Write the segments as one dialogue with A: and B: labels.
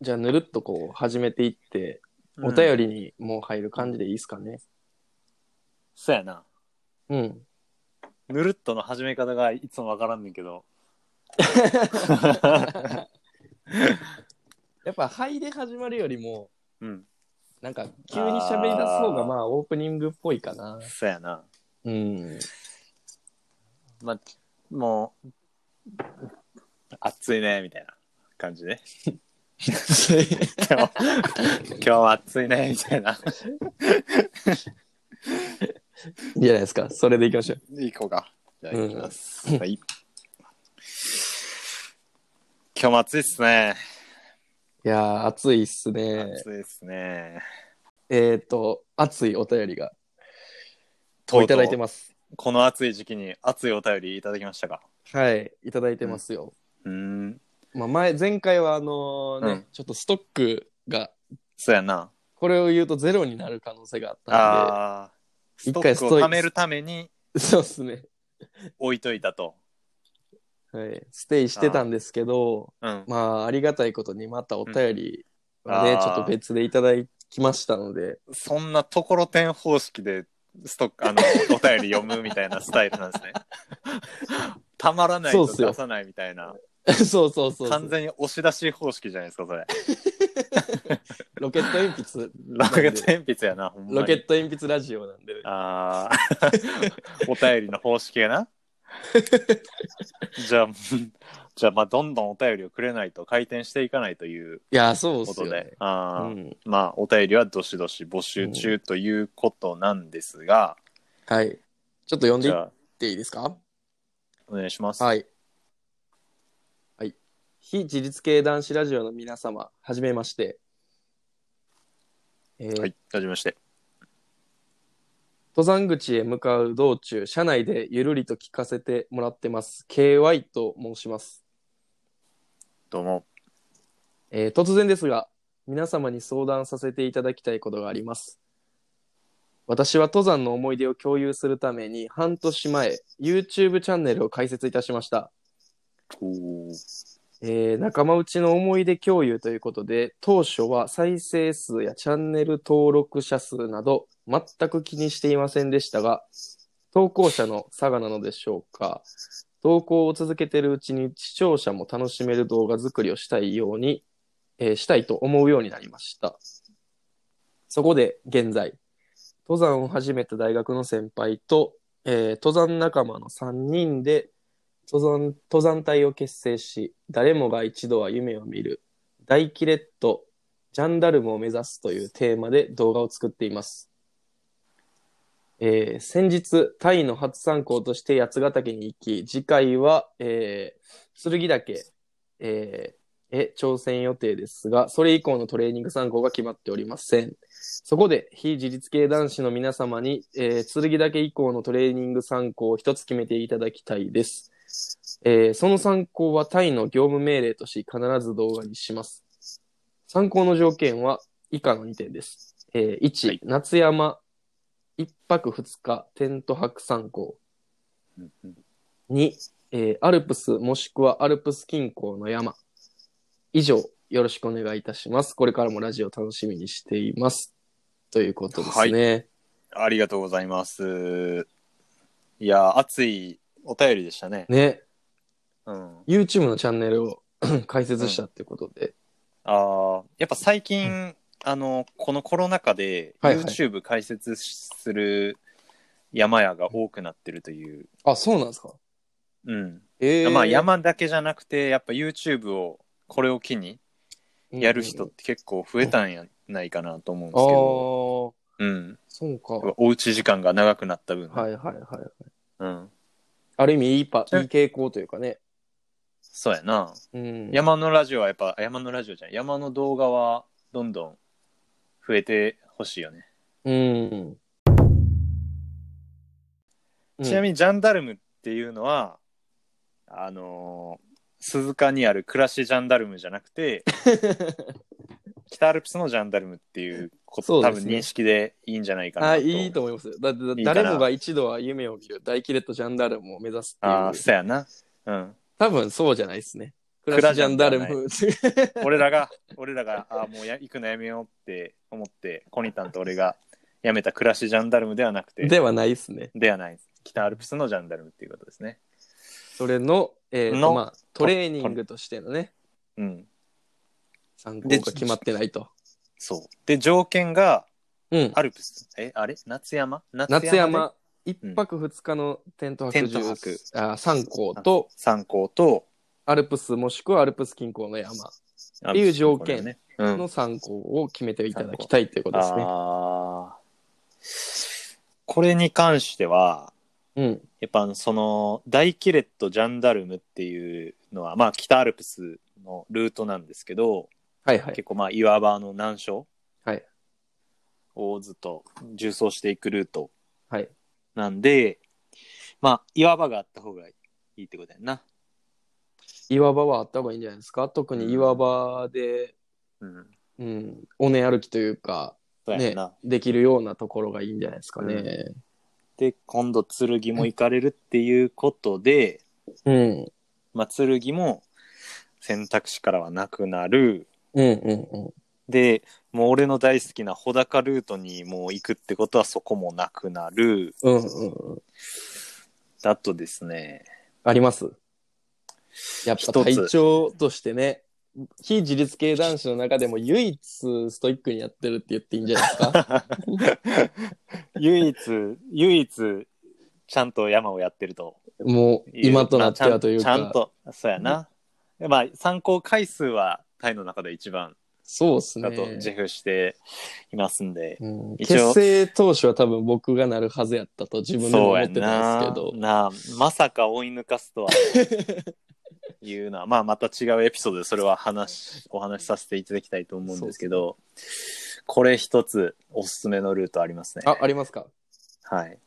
A: じゃあぬるっとこう始めていって、
B: うん
A: お便りにもう入る感じでいいですかね。
B: そうやな。
A: うん。
B: ぬるっとの始め方がいつもわからんねん けど。
A: やっぱ「はい」で始まるよりも
B: うん。
A: なんか急に喋り出す方がまあオープニングっぽいかな。
B: そうやな。
A: うん。
B: まあ、もう、暑いね、みたいな感じで。今日今日は暑いね、みたいな。
A: いいじゃないですか。それでいきましょう。
B: 行こうか。じゃあ
A: うん
B: 行きます。はい。今日も暑いっすね。
A: いやー、暑いっすね。
B: 暑いっすね。
A: えっ、と、熱いお便りが、
B: とうとう
A: いただいてます。
B: この暑い時期に熱いお便りいただきましたか
A: はい、いただいてますよ。
B: うーん。
A: まあ、前、前回はあのーね、
B: うん
A: ちょっとストックが、
B: そうやな。
A: これを言うとゼロになる可能性があったん
B: ああ。ス
A: 一
B: ト
A: 回
B: ッ
A: ス
B: ク
A: ト
B: を貯めるために
A: で、そうっすね。
B: 置いといたと。
A: はい、ステイしてたんですけど、
B: うん。
A: まあ、ありがたいことにまたお便りはね、
B: うんあー
A: ちょっと別でいただきましたので、
B: そんなところてん方式でストック、あの、 お便り読むみたいなスタイルなんで すね。たまらない
A: そう
B: と
A: っすよ
B: 出さないみたいな。
A: そうそうそうそう
B: 完全に押し出し方式じゃないですか、それ。
A: ロケット鉛筆、
B: ロケット鉛筆やな、ほんまに。
A: ロケット鉛筆ラジオなんで、
B: ああ、 お便りの方式 やな。じゃあ、じゃあ、まあ、どんどんお便りをくれないと回転していかないという
A: いや、そうっ
B: こ
A: す
B: と
A: よ、
B: で、
A: ね。う
B: あー
A: ん、
B: まあ、お便りはどしどし募集中ということなんですが、
A: はい。ちょっと読んで
B: じ
A: いっ
B: ゃあ、
A: ていいですか
B: お願いします。
A: はい。はい。非自立系男子ラジオの皆様、はじめまして。えー
B: はい、はじめまして。
A: 登山口へ向かう道中、車内でゆるりと聞かせてもらってます。KY と申します。
B: どうも。
A: えー突然ですが、皆様に相談させていただきたいことがあります。私は登山の思い出を共有するために、半年前、YouTube チャンネルを開設いたしました。
B: おー
A: えー仲間内の思い出共有ということで、当初は再生数やチャンネル登録者数など全く気にしていませんでしたが、投稿者の差がなのでしょうか、投稿を続けているうちに視聴者も楽しめる動画作りをしたいように、えーしたいと思うようになりました。そこで現在、登山を始めた大学の先輩と、えー登山仲間の3人で登山登山隊を結成し誰もが一度は夢を見る大キレットジャンダルムを目指すというテーマで動画を作っています、えー先日タイの初参考として八ヶ岳に行き次回は、えー、剣岳、えーへ挑戦予定ですがそれ以降のトレーニング参考が決まっておりませんそこで非自立系男子の皆様に、えー、剣岳以降のトレーニング参考を一つ決めていただきたいですえーその参考はタイの業務命令とし必ず動画にします。参考の条件は以下の2点です。えー1、
B: はい
A: 夏山1泊2日テント泊参考。
B: うんうん
A: 2、えーアルプスもしくはアルプス近郊の山。以上、よろしくお願いいたします。これからもラジオ楽しみにしています。ということですね。
B: ありがとうございます。いやー、熱いお便りでしたね。
A: ね、
B: うん。
A: YouTube のチャンネルを 開設したってことで。
B: ああ、やっぱ最近、あの、このコロナ禍で
A: はいはい
B: YouTube 開設する山屋が多くなってるという。
A: あ、そうなんですか
B: うん。
A: えー
B: まあ山だけじゃなくて、やっぱ YouTube をこれを機にやる人って結構増えたんやないかなと思うんですけど。
A: ああ、
B: うん。
A: そうか。
B: やっぱおうち時間が長くなった分。
A: はいはいはい。
B: うん。
A: ある意味いいパ、
B: ち
A: いい
B: な
A: 傾向というかね。
B: そうやな。
A: うん。
B: 山のラジオはやっぱ、山のラジオじゃん。山の動画はどんどん増えてほしいよね。
A: うん。
B: ちな
A: に、
B: みにジャンダルムっていうのは、あのー鈴鹿にある暮らしジャンダルムじゃな くて北アルプスのジャンダルムっていうこ
A: そ
B: と
A: うで
B: 多
A: す
B: 分
A: ね
B: 認識でいいんじゃないかなと。
A: あ、いいと思います。だってだ
B: いいかな
A: 誰もが一度は夢を見る大キレットジャンダルムを目指すって
B: ああ
A: いう。
B: そうやな。うん。
A: 多分そうじゃないですね。クラジャンダル
B: ク
A: ム。
B: 俺らが、俺らが、あーもうや行くのやめようって思って、コニタンと俺がやめた暮らしジャンダルムではなくて、
A: ではないですね。
B: ではないです。北アルプスのジャンダルムっていうことですね。
A: それの、えーと
B: の
A: まあ、トレーニングとしてのね、
B: うん。
A: 参考が決まってないと。
B: そう。で、条件が、
A: うん。
B: アルプス、え、あれ夏山夏
A: 夏
B: で
A: 山、一泊二日のテント泊
B: テント泊
A: あ三校と、
B: 三高と、
A: アルプスもしくはアルプス近郊の山
B: って
A: いう条件
B: ね。うん。
A: の三校を決めていただきたいということですね。
B: あーこれに関しては
A: うん。
B: やっぱあのその大キレットジャンダルムっていうのはまあ北アルプスのルートなんですけど、
A: はいはい。
B: 結構まあ岩場の難所
A: はい
B: をずっと縦走していくルート
A: はい。
B: なんでまあ岩場があった方がいいってことやんな、
A: 岩場はあった方がいいんじゃないですか特に岩場で、
B: うん、
A: うん、尾根歩きというか、
B: そうやん
A: ね
B: な、、
A: できるようなところがいいんじゃないですかね。
B: で今度剣も行かれるっていうことで、
A: うん。
B: まあ、剣も選択肢からはなくなる
A: うんうんうん。
B: でもう俺の大好きな穂高ルートにもう行くってことはそこもなくなる
A: うんうんうん。
B: だとですね
A: あります。やっぱ
B: 一つ
A: 体調としてね、非自立系男子の中でも唯一ストイックにやってるって言っていいんじゃないですか
B: 唯一唯一ちゃんと山をやってると
A: もう
B: いう
A: 今となってはという
B: まあちゃんちゃん
A: か。
B: とそうやな、まあ参考回数はタイの中で一番
A: そうです
B: だと自
A: ね。
B: 負していますんで、
A: うん、
B: 一
A: 結
B: 応
A: 成当初は多分僕がなるはずやったと自分でも
B: そう
A: 思
B: や
A: ってたんですけど。
B: ななまさか追い抜かす とはいうのはまあまた違うエピソードでそれは話お話しさせていただきたいと思うんですけどこれ一つおすすめのルートありますね
A: あ、ありますか
B: はい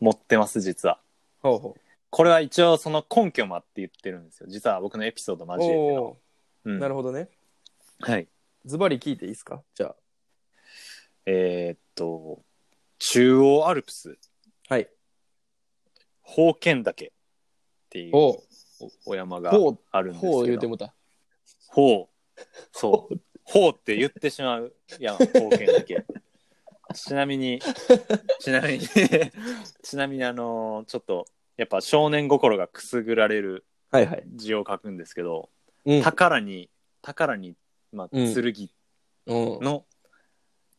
B: 持ってます実は
A: ほうほ
B: これは一応その根拠もあって言ってるんですよ実は僕のエピソード
A: う。
B: 交えての、
A: お
B: う
A: お、
B: ん
A: なるほどね。
B: はい
A: ズバリ聞いていいですかじゃ
B: えーっと中央アルプス
A: あ。はい。
B: 宝剣岳っていう
A: ほ
B: お山
A: う。
B: が
A: ほ
B: ある
A: う。
B: んですけ
A: ほ
B: ど
A: う言うてもた。
B: ほう。そう。ほうって言ってしまう。いや、貢献だけ。 ちなみに、ちなみに、 ちなみにあのーちょっと、やっぱ少年心がくすぐられる
A: はいはい。
B: 字を書くんですけど、
A: うん。
B: 宝に、宝に、まあ、
A: うん
B: 剣
A: うん、
B: の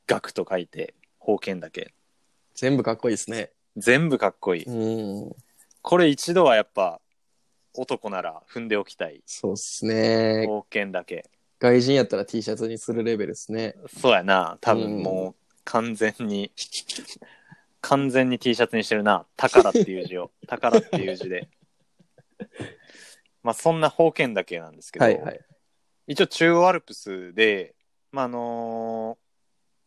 B: 額と書いて、宝剣だけ。
A: 全部かっこいいですね。
B: 全部かっこいい。
A: うん。
B: これ一度はやっぱ、男なら踏んでおきたい。
A: そうっすね。
B: 宝剣だけ。
A: 外人やったら T シャツにするレベルですね。
B: そうやな。多
A: うん
B: 分もう完全に、完全に T シャツにしてるな。宝ってい う字を。宝っていう字で。まあそんな方言だけなんですけど、
A: はいはい。
B: 一応中央アルプスで、まああの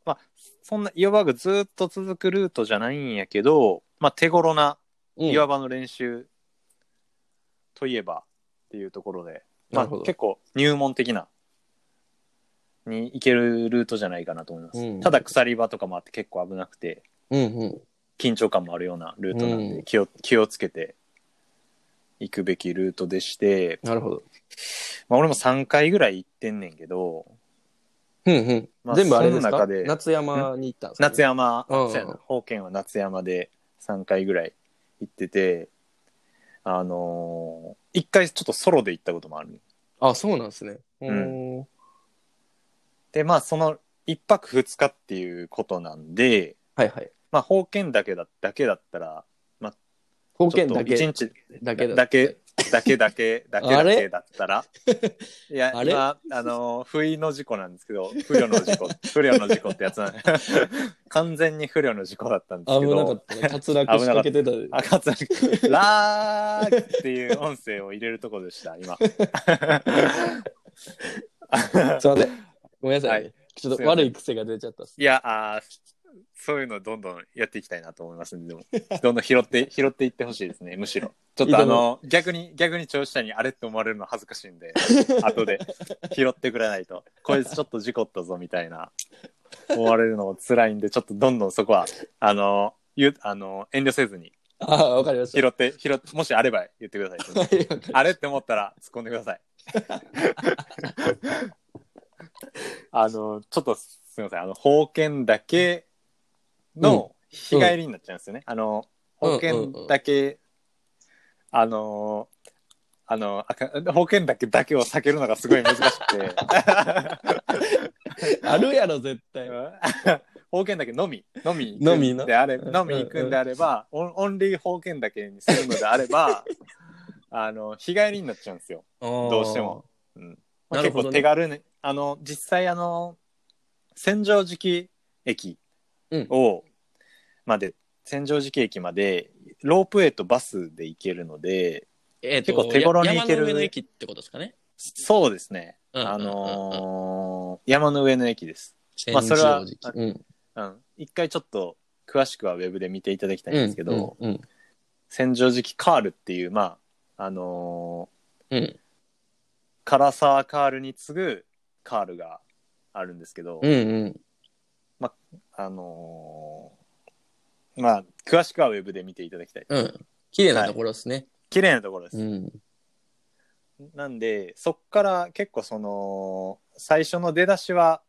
B: ーまあそんな岩場がずっと続くルートじゃないんやけど、まあ手頃な
A: うん、
B: 岩場の練習といえばっていうところで、ま
A: な
B: あ
A: るほど。
B: 結構入門的なに行けるルートじゃないかなと思います、
A: うん
B: ただ鎖場とかもあって結構危なくて
A: うんうん。
B: 緊張感もあるようなルートなんで、
A: うん
B: 気を気をつけて行くべきルートでして、
A: なるほど。
B: まあ、俺も3回ぐらい行ってんねんけど
A: うんうん。
B: まあ
A: 全部あれです
B: その
A: か
B: 中で
A: 夏山に行ったんですか、
B: 夏山
A: うん
B: そうやな宝剣は夏山で3回ぐらい行っててあのー、1回ちょっとソロで行ったこともある
A: あ、そうなんですね。う。
B: うんでまあその1泊2日っていうことなんで
A: はいはい。
B: まあ宝剣だけだだけだったら
A: 貢
B: ちょっ
A: 献
B: と
A: だけ。
B: 一日
A: だけだ
B: だけだけだけだけだ
A: あれ
B: けだったら いや
A: あれ
B: 今あの不意の事故なんですけど不慮の事故不慮の事故ってや つなん完全に不慮の事故だったんです
A: 危
B: け
A: なか
B: ど
A: ったね。滑落しかけてたで。
B: 赤津ラーっていう音声を入れるとこでした今
A: すいません。ごめんなさいね、
B: は
A: ちょっと
B: すいません
A: 悪い癖が出ちゃったっす。
B: いやあーそういうのどんどんやっていきたいなと思いますんで、でも、どんどん拾って、拾っていってほしいですね、むしろ。ちょっとあの、逆に、逆に聴取者にあれって思われるの恥ずかしいんで、後で拾ってくれないと、こいつちょっと事故ったぞみたいな、思われるのも辛いんで、ちょっとどんどんそこは、あの、ゆあの遠慮せずに、
A: ああ、わかりました。
B: 拾って、拾って、もしあれば言ってください。
A: はいわかりました
B: あれって思ったら突っ込んでください。 あの、ちょっとすみません、あの、方言だけの日帰りになっちゃうんですよね。あの、方言だけ、あの、あの、あか方言だけだけを避けるのがすごい難しくて。
A: あるやろ、絶対。
B: 方言だけのみ、のみ、
A: のみの
B: であれ、
A: うん
B: のみ行くんであれば、オンオンリー方言だけにするのであれば、あの、日帰りになっちゃうんですよ。
A: ど
B: うしても。まあ
A: なる
B: 結
A: ほど
B: 構
A: ね
B: 手軽に、あの、実際あの、千畳敷駅
A: うん
B: を、まで、千畳敷駅まで、ロープウェイとバスで行けるので、
C: えーと
B: 結構手頃に行ける
C: 山の上の駅ってことですかね。
B: そうですね。
C: うん
B: あ
C: うんうんうん
B: のー山の上の駅です。
A: 千
B: まあそれは
A: 畳敷うん
B: うん。一回ちょっと、詳しくはウェブで見ていただきたいんですけど、
A: うんうん
B: 千畳敷カールっていう、まあ、あの
A: うん
B: ー、唐沢カールに次ぐカールがあるんですけど、
A: うんうん
B: あのーまあ、詳しくはウェブで見ていただきたい。
C: うん。綺麗なところですね。
B: 綺麗なところです。
A: うん
B: なんで、そっから結構その、最初の出だしは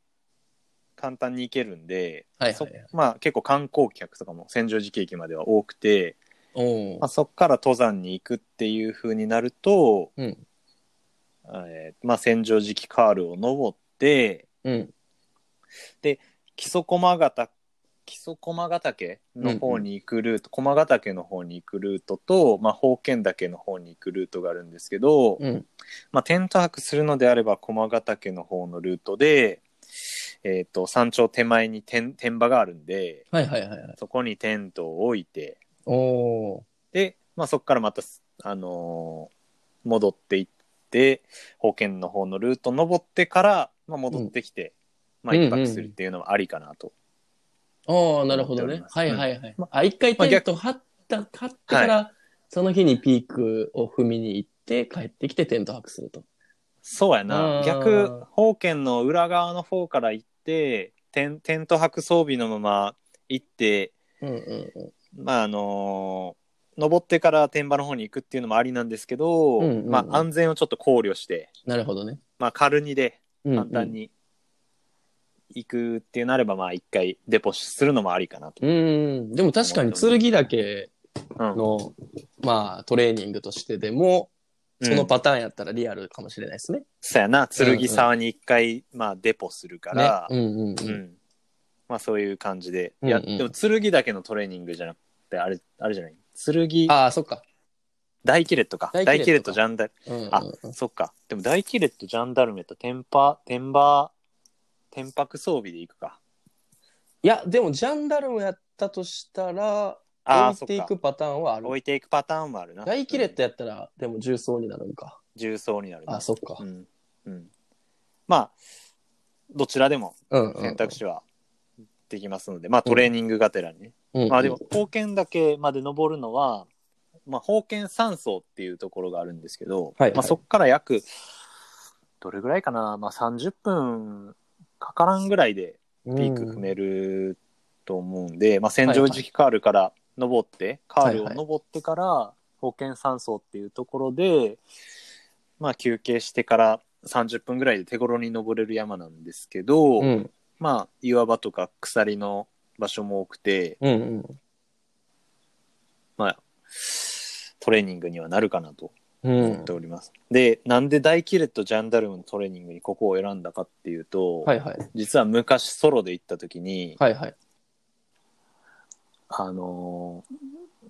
B: 簡単に行けるんで、
C: はいは
B: そ
C: いはい。
B: まあ結構観光客とかも千畳敷駅までは多くて、
C: おお
B: まあ、。そっから登山に行くっていう風になると、
A: うん
B: えーまあ千畳敷カールを登って、
A: うん
B: 木曽駒ヶ岳木曽駒ヶ岳の方に行くルート、駒ヶ岳の方に行くルートと、まあ、宝剣岳の方に行くルートがあるんですけど、
A: うん
B: まあ、テント泊するのであれば駒ヶ岳の方のルートで、えー、と山頂手前に天天場があるんで
C: はいはいはいはい。
B: そこにテントを置いて
A: おお
B: で、まあ、そこからまた、あのー戻っていって宝剣の方のルート登ってから、まあ、戻ってきて、まあ、一泊するっていうのもありかなと。
C: ああ、なるほど
B: 思っており
C: ね
B: ま。す
C: はいはいはい
B: うん。
C: あ、一回テント張った、張ってから、その日にピークを踏みに行って、帰ってきてテント泊すると。
B: そうや
C: う
B: な。
C: ん
B: 逆、宝剣の裏側の方から行って、テンテント泊装備のまま行って、
C: うんうんうん。
B: まああのー登ってから天場の方に行くっていうのもありなんですけど、
A: うんうんうん
B: まあ安全をちょっと考慮して、
C: なるほどね。
B: まあ軽にで
A: うん
B: 簡単に行くっていうなれば、まあ一回デポするのもありかなと。
C: うん。でも確かに剣岳
B: うん
C: の、まあ、トレーニングとしてでも、その
B: うん
C: パターンやったらリアルかもしれないですね。
B: そうやな、剣沢に一回、まあデポするから、
C: ね。うんうん
B: う
C: うん。
B: んまあそういう感じで。
A: うん
B: いや、
C: うん
B: でも剣だけのトレーニングじゃなくて、あれ、あれじゃない剣、
C: ああ、そっか。
B: 大キレットか。
C: 大キレットか
B: 大キレット、ジャンダル。
C: うんうんうん
B: あ、そっか。でも大キレット、ジャンダルメとテンパ、テンバー、テンパク装備で行くか。
C: いや、でも、ジャンダルムやったとしたら、
B: ああ、
C: 置
B: そ
C: いて
B: っ
C: い
B: か
C: く。パターンはある。
B: 置いていくパターンもあるな。
C: 大キレット
B: う
C: や
B: ん
C: ったら、でも重曹になるんか。
B: 重装になるな
C: あ、そっか
B: う。ん。うん。まあ、どちらでも
C: うんうんうん。
B: 選択肢はできますので、まあトレーニングがてらにね。
C: うんうん
B: まあでも、宝剣だけまで登るのは、まあ、宝剣山荘っていうところがあるんですけど、
C: はいはい
B: まあ、そこから約、どれぐらいかな、まあ、30分かからんぐらいでピーク踏めると思うんで、まあ、千畳敷カールから登って、
C: はい
B: カールを登ってから、宝剣山荘っていうところで、まあ、休憩してから30分ぐらいで手頃に登れる山なんですけど、
A: うん
B: まあ、岩場とか鎖の場所も多くて、
A: うんうん
B: まあ、トレーニングにはなるかなと
A: う
B: 思っ
A: ん
B: ております。で、なんで大キレットジャンダルムのトレーニングにここを選んだかっていうと、
C: はいはい。
B: 実は昔ソロで行った時に、
C: はいはい。
B: あのー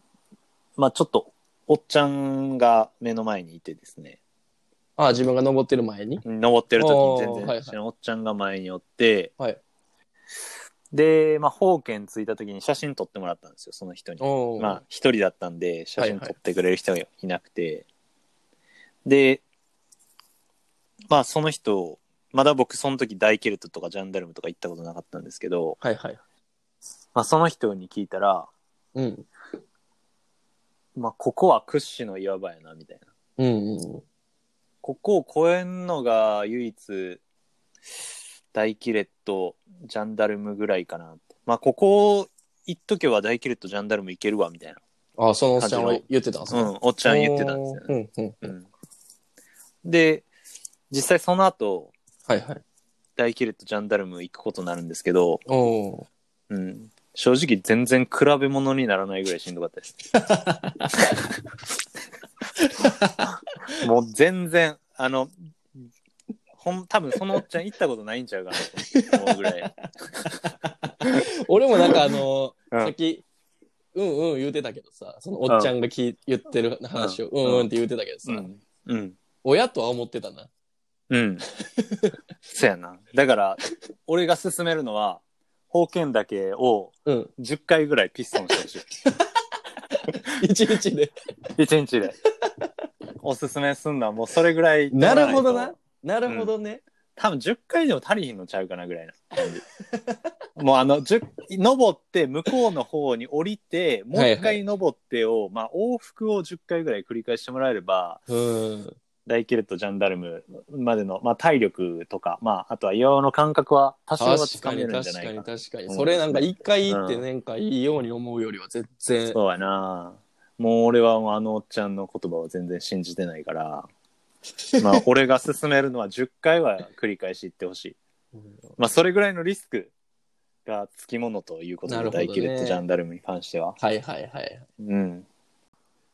B: まあちょっと、おっちゃんが目の前にいてですね、
C: ああ、自分が登ってる前に。
B: 登ってる時に
C: お
B: 全
C: ーはいは
B: 然
C: い
B: 知らんおっちゃんが前におって、
C: はい
B: で、まあ、宝剣着いた時に写真撮ってもらったんですよ、その人に。
C: おー
B: まあ、一人だったんで、写真撮ってくれる人がいなくて、で、まあ、その人、まだ僕、その時、ダイケルトとかジャンダルムとか行ったことなかったんですけど、
C: はいはい。
B: まあ、その人に聞いたら、
A: うん
B: まあ、ここは屈指の岩場やな、みたいな。
A: うんうん
B: ここを越えんのが唯一、ダイキレット、ジャンダルムぐらいかなって。まあ、ここを行っとけばダイキレット、ジャンダルム行けるわ、みたいな。
C: ああ、そのおっちゃんは言ってたんです
B: う
C: ね
B: ん、おっちゃん言ってたんですよね。
C: うんうん。
B: うんで、実際その後、
A: はいはい。
B: 大キルとジャンダルム行くことになるんですけど、
A: おお
B: うん。正直全然比べ物にならないぐらいしんどかったです。もう全然、あの、ほん、多分そのおっちゃん行ったことないんちゃうかなと思うぐらい。
A: ー。俺もなんかあの、
B: うん
A: さっき、うんうん言うてたけどさ、そのおっちゃんがき、言ってる話を、うんうんって言うてたけどさ、
B: うん。うん。
A: 親とは思ってたな。
B: うん。そやな。だから、俺が勧めるのは、宝剣だけを
A: うん。
B: 10回ぐらいピストンしてほしい。
A: 一日で。
B: 1日で。 おすすめすんのはもうそれぐらい。
A: なるほどな。。なるほどね。
B: 多分10回でも足りひんのちゃうかなぐらいな感じ もうあの10登って向こうの方に降りてもう一
A: はいは
B: 回登ってを、まあ、往復を10回ぐらい繰り返してもらえれば
A: うん。
B: 大キルトジャンダルムまでの、まあ、体力とか、まあ、あとは岩尾の感覚は多少は
A: 確
B: つか
A: か
B: め
A: に
B: るんじ
A: 確か
B: ゃないか
A: に
B: な
A: 確かに。
B: うん
A: それなんか一回行ってなんかいいように思うよりは全然。
B: そうやなもう俺はもうあのおっちゃんの言葉を全然信じてない から、まあ、俺が勧めるのは10回は繰り返し言ってほしい。まあ、それぐらいのリスクがつきものということ
A: な
B: で、
A: るほどね
B: 大キレットジャンダルムに関しては。
A: はいはいはい。
B: うん。っ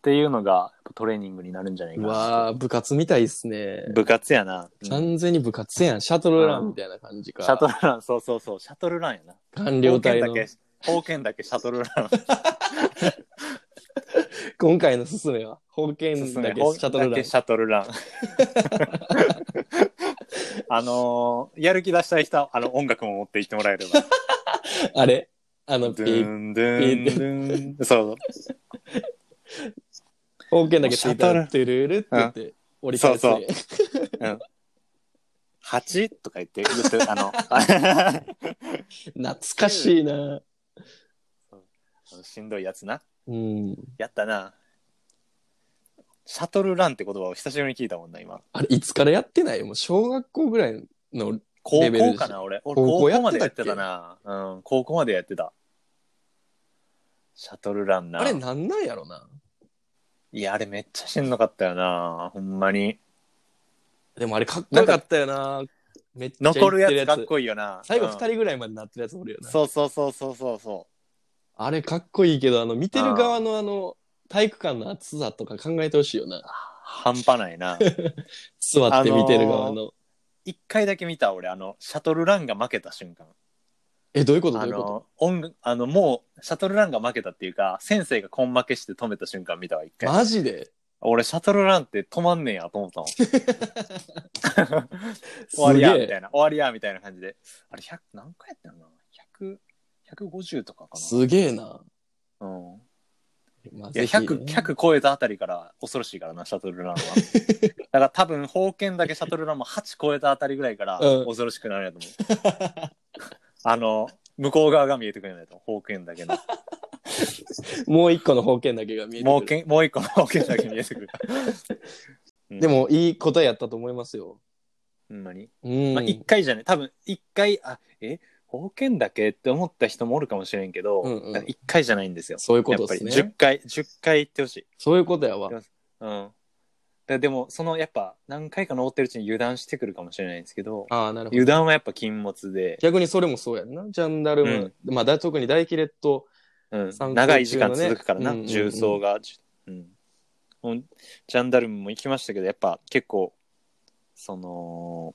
B: ていうのがやっぱトレーニングになるんじゃないうか
A: わ
B: な。
A: ー部活みたいですね。
B: 部活やな。うんシ
A: 完全に部活やん。シャトルランみたいな感じか。
B: ャトルラン、そうそうそう、シャトルランやな。
A: 官僚隊
B: だ
A: の。
B: け、宝剣だけシャトルラン。
A: 今回のすすめは、宝
B: そう
A: 剣
B: そう
A: だけシ
B: 宝
A: ャトル
B: だ
A: ラ
B: け
A: ン
B: シ。ャトルラン。 あのーやる気出したい人は、あの、音楽も持って行ってもらえ れば。
A: あれあ
B: ド
A: の、ピ
B: ゥ
A: ー
B: ンドゥンドゥン。そう
A: 宝剣だけシャト
B: も
A: ル
B: うシャトル
A: トゥルルって言って、折り返す
B: そう
A: ね。
B: 8とか言って、言 って、あの、あ
A: 懐かしいな。
B: のしんどいやつな。
A: うん。
B: やったな。シャトルランって言葉を久しぶりに聞いたもんな、今。
A: あれ、いつからやってないもう小学校ぐらいの、
B: 高
A: レベルで
B: 校
A: し
B: かな、俺。俺、
A: 高
B: 高
A: 校
B: 校
A: や
B: ま
A: って
B: で
A: た
B: や
A: っ
B: っ
A: け
B: てたな。うん、高校までやってた。シャトルランな。
A: あれなんなんやろな。
B: いや、あれめっちゃしんどかったよな。ほんまに。
A: でもあれかっこよかったよな。めっちゃ言って
B: 残るやつかっこいいよな。
A: 最後
B: うん
A: 二人ぐらいまでなってるやつおるよな。
B: そうそうそうそうそうそ
A: あれかっこいいけど、あの、見てる側のあの、体育館の暑さとか考えてほしいよな
B: う。。半端ないな。
A: 座って見てる側の。
B: あの 一回だけ見た、俺、あの、シャトルランが負けた瞬間。
A: え、どういうことど
B: あ
A: ういうこ
B: の、音楽、あの、もう、シャトルランが負けたっていうか、先生が根負けして止めた瞬間見たわ、一
A: と
B: 回。
A: マジで
B: 俺、シャトルランって止まんねんやと思ったも ん。
A: す
B: 終わり
A: げ
B: や、みた
A: え。
B: いな。終わりや、みたいな感じで。あれ、100、何回やったのな ?100、150とかか
A: すげえな。
B: な。うん。
A: まあ
B: いや、
A: ぜひね
B: 100、100超えたあたりから恐ろしいからな、シャト ルランは。だから多分、宝剣だけシャトルランも8超えたあたりぐらいから
A: うん
B: 恐ろしくなるやと思う。あの、向こう側が見えてくるんだと、宝剣だけの。
A: もう一個の方剣だけが見えてくる
B: もうけんもう一個の 保険だけ見えてくる。うん
A: で、も、いい答えやったと思いますよ。
B: ほんまに。
A: うん。
B: まあ、一回じゃない。多分、一回、あ、え、保険だけって思った人もおるかもしれんけど、
A: う
B: 一、
A: んうん
B: 回じゃないんですよ。
A: そういうこ
B: や
A: と
B: っぱ
A: で
B: り
A: すね。
B: 10回、10回行ってほしい。
A: そういうことやわ。
B: うん。ででも、その、やっぱ、何回か登ってるうちに油断してくるかもしれないんですけど、
A: ああ、なるほど
B: 油。断はやっぱ禁物で、
A: 逆にそれもそうやんな。ジャンダルム、まあだ、特に大キレット、
B: うん
A: 参考中のね
B: 長い時間続くからな、
A: うんうんうん
B: 重曹が。じうんほんジャンダルムも行きましたけど、やっぱ結構、その、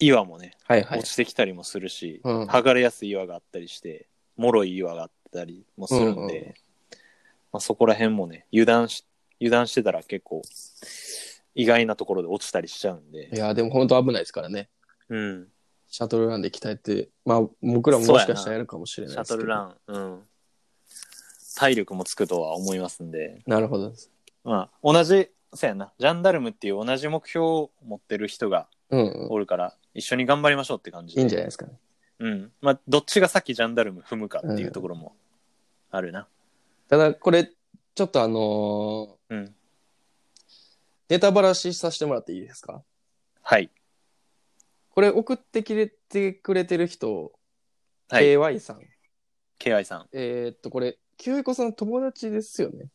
B: 岩もね、
A: はいは
B: 落ちてきたりもするし、
A: うん
B: 剥がれやすい岩があったりして、脆い岩があったりもするんで、
A: うんうん
B: まあ、そこら辺もね、油断し、油断してたら結構、意外なところで落ちたりしちゃうん
A: い
B: で、
A: や、でも本当危ないですからね。
B: うん。
A: シャトルランで鍛えて、まあ、僕らももしかしたらやるかもしれ
B: シ
A: ない
B: ャ
A: ですけ
B: ト
A: ど。
B: ルラン、うん。体力もつくとは思いますんで、
A: なるほどです。
B: まあ、同じ、そうやな、ジャンダルムっていう同じ目標を持ってる人が
A: うん、う
B: おるから、一緒に頑張りましょうって感じ
A: ん。
B: で。
A: いいんじゃないですかね。
B: うん。まあ、どっちがさっきジャンダルム踏むかっていうところもあるな。
A: ただ、これ、ちょっとあのー
B: うん
A: ネタバラシさせてもらっていいですか
B: はい。
A: これ送ってきれてくれてる人、
B: はい。
A: KY さん。
B: KY さん。
A: えーっと、これ、キュウイコさんの友達ですよね。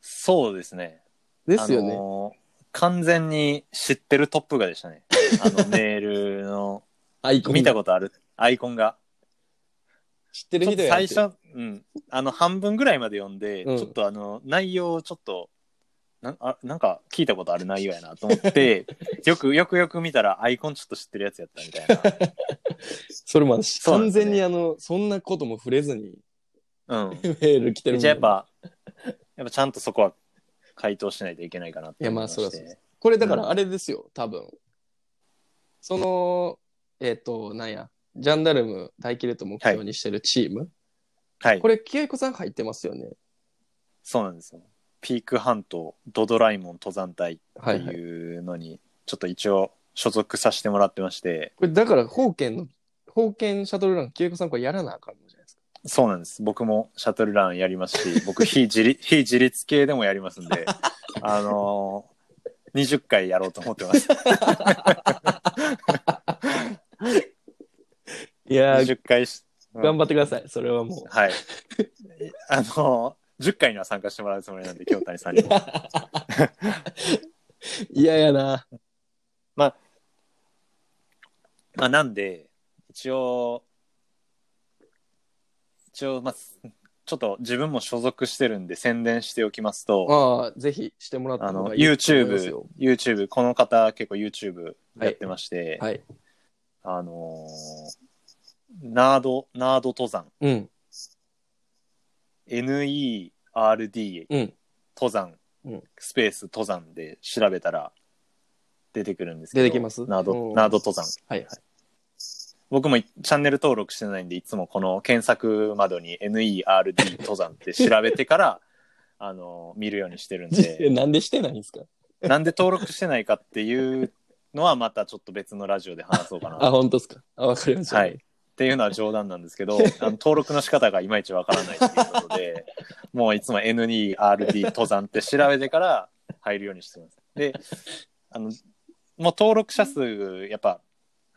B: そうですね。
A: ですよね。
B: あのー完全に知ってるトップがでしたね。あのメールの、
A: アイコン。
B: 見たことあるアイコンが。
A: 知ってる
B: ちょっ
A: 人
B: と
A: や
B: 最初、うん、あの半分ぐらいまで読んで、
A: うん
B: ちょっとあの内容をちょっとなんあなんか聞いたことある内容やなと思って、 よくよくよく見たらアイコンちょっと知ってるやつやったみたい
A: それもあるし
B: そうなん
A: 完
B: ですね
A: 全にあの、そんなことも触れずに
B: な。うん
A: メール来てるもん
B: じゃあやっぱ、やっぱちゃんとそこは回答しないといけないかなって思まして。
A: いやまあそらそこれだからあれですよ、多分。その、えっ、と、なんや、ジャンダルム大キレと目標にしてるチーム。
B: はい
A: こ。れ、清子さん入ってますよね。
B: そうなんですよ。ピーク半島、ドドライモン登山隊っ
A: は
B: て
A: い、はい。
B: いうのに、ちょっと一応所属させてもらってまして、
A: これ、だから、封建の、封建シャトルラン、清子さんこれやらなあかんのじゃないですか。
B: そうなんです。僕もシャトルランやります し、僕非自立、非自立系でもやりますんで、あのー、20回やろうと思ってます。
A: いや
B: 20回し、
A: 頑張
B: っ
A: ってください。それはもう。
B: はい。あのー、10回には参加してもらうつもりなんで、京谷 さんにも。
A: いやや な。
B: まあ、なんで、一応、一応、まあ、ちょっと自分も所属してるんで宣伝しておきますと、
A: ああ、ぜひしてもらった
B: あ
A: 方
B: の、
A: がいいと思います
B: YouTube
A: よ。、
B: YouTube、この方結構 YouTube やってまして、
A: はい。
B: あのーナード、ナード登山、
A: うん、
B: NERD
A: うん。
B: 登山、
A: うん
B: スペース登山で調べたら出てくるんですけど。
A: 出てきます
B: ナー
A: う
B: ド、
A: ん
B: ナード登山。
A: はいは い。
B: 僕もチャンネル登録してないんで、いつもこの検索窓に NERD 登山って調べてから、 あのー見るようにしてるん
A: え
B: で、
A: なんでしてないんですか
B: なんで登録してないかっていうのはまたちょっと別のラジオで話そうかな
A: あ、本当ですか。あ、わかりました。
B: はい。っていうのは冗談なんです けど、あの登録の仕方がいまいちわからないっていうことで、もういつも N2RD 登山って調べてから入るようにしてます。で、あの、もう登録者数やっぱ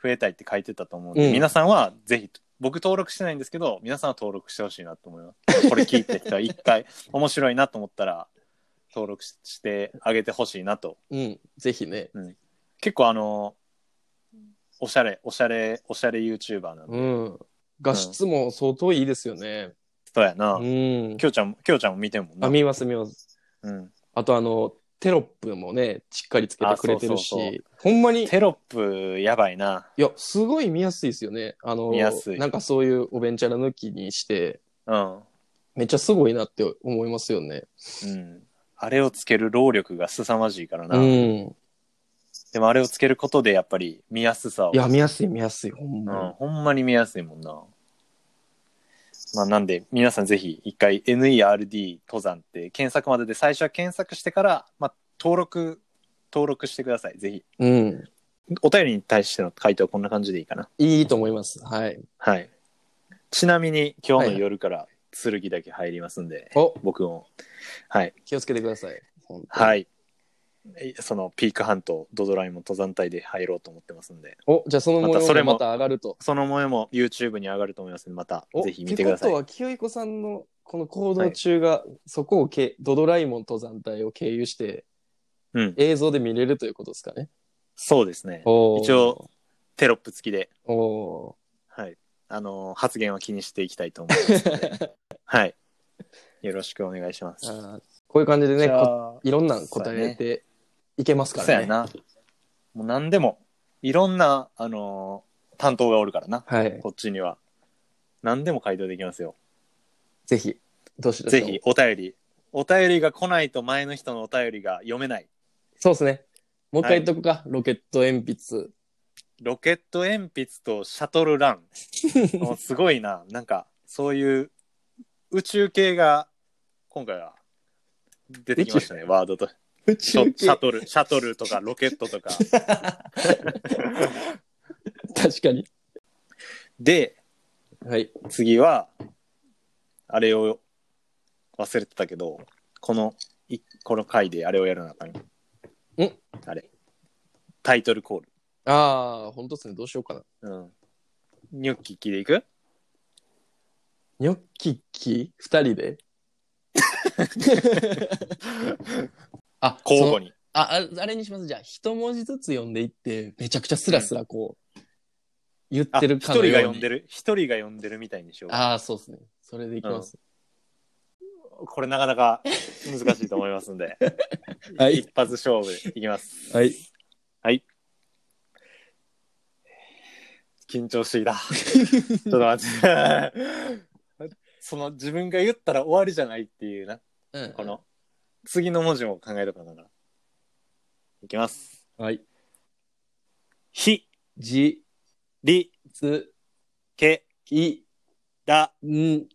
B: 増えたいって書いてたと思うんで、
A: うん
B: 皆さんはぜひ、僕登録してないんですけど、皆さんは登録してほしいなと思います。これ聞いてきた人は一回面白いなと思ったら登録ししてあげてほしいなと
A: うん、ぜひね。
B: 結構あのおしゃれおしゃれおしゃれ YouTuber なんで、
A: うん。画質も相当いいですよね。
B: そうやな、
A: うん。
B: きょうちゃんもきょうちゃんも見てんもんな
A: あ、見ます見ます。
B: うん、
A: あとあの、テロップもね、しっかりつけてくれてるし、
B: あそうそう
A: ほんまに、い
B: テロップやばいな
A: や、すごい見やすいですよね。あの、
B: 見やすい
A: なんかそういうおべんちゃら抜きにして、
B: うん、
A: めっちゃすごいなって思いますよね。
B: うん、あれをつける労力が凄まじいからな、
A: うん。
B: でもあれをつけることでやっぱり見やすさを
A: いや、見やすい見やすい、ほん
B: う
A: ま
B: ん、ほんまに見やすいもんなまあなんで皆さんぜひ一回 NERD 登山って検索までで最初は検索してから、まあ、登録登録してくださいぜひ
A: に。うん。
B: お便りに対しての回答はこんな感じでいいかない
A: いと思います。はい。
B: はい。ちなみに今日の夜から剣だけ入りますんで、
A: お、
B: 僕も。はい。
A: 気をつけてください。ほんと
B: はい。えそのピーク半島、ドドライも登山隊で入ろうと思ってますんで、
A: お、じゃあその模
B: またそれ
A: 様も
B: も
A: また上がると。
B: その模様も YouTube に上がると思いますので、また
A: お
B: ぜひ見てくださ
A: って
B: い。
A: ことは、清彦さんのこの行動中が、そこをけドドライモン登山隊を経由して
B: うん。
A: 映像で見れるということですかね。
B: そうですね。
A: おー
B: 一応。テロップ付きで、
A: お
B: はい。あのー発言は気にしていきたいと思いますので。はい。よろしくお願いします。
A: ーあーこういう感じでね、
B: じゃ
A: こ
B: あ
A: いろんな答えていけますか
B: そう
A: ら
B: や
A: ね。
B: な。もう何でも、いろんな、あのー担当がおるからな。
A: はい。
B: こっちには。何でも回答できますよ。
A: ぜひ、どうしどうし
B: ぜひ、お便り。お便りが来ないと前の人のお便りが読めない。
A: そうですね。もう一回言っとくか、ロケット鉛筆。
B: ロケット鉛筆とシャト ルラン。もうすごいな。なんか、そういう宇宙系が、今回は出てきましたね、ワードと。
A: 宇
B: シ
A: 宙
B: ャシ
A: 系
B: ャトル、シャトルとかロケットとか。
A: 確かに。
B: で、
A: はい。
B: 次は、あれを忘れてたけど、この、いこの回であれをやるなあかん。
A: ん
B: あれ。タイトルコール。
A: ああ、本当ですね。どうしようかな。
B: うん。ニョッキ聞いていく
A: ニョッキッキ二人であ、
B: 交互
A: に。
B: に。
A: あ、ああれにします。じゃあ、一文字ずつ読んでいって、めちゃくちゃスラスラこう、言っ
B: あ、
A: て
B: 一
A: る
B: 人
A: かの
B: が
A: よう
B: 呼ん
A: に。
B: でる、一人が呼んでるみたいにしよう。
A: ああ、そうですね。それでいきます。。
B: これなかなか難しいと思いますんで
A: はい
B: 一発勝負いきます。
A: はい。
B: 緊張 してきた。ちょっと待って。その自分が言ったら終わりじゃないっていうな、
A: うん。
B: この、次の文字も考えとかながら。いきます。
A: はい。
B: ひ、
A: じ、
B: り、
A: つ、
B: け、
A: い、
B: だ、
A: ん、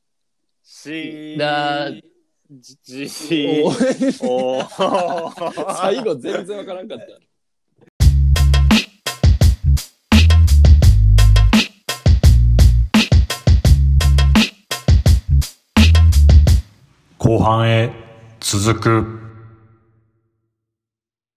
B: し、
A: だ
B: じ、じ、し
A: お、ー
B: おー、
A: 最後全然わからんかった。
D: 後半へ続く。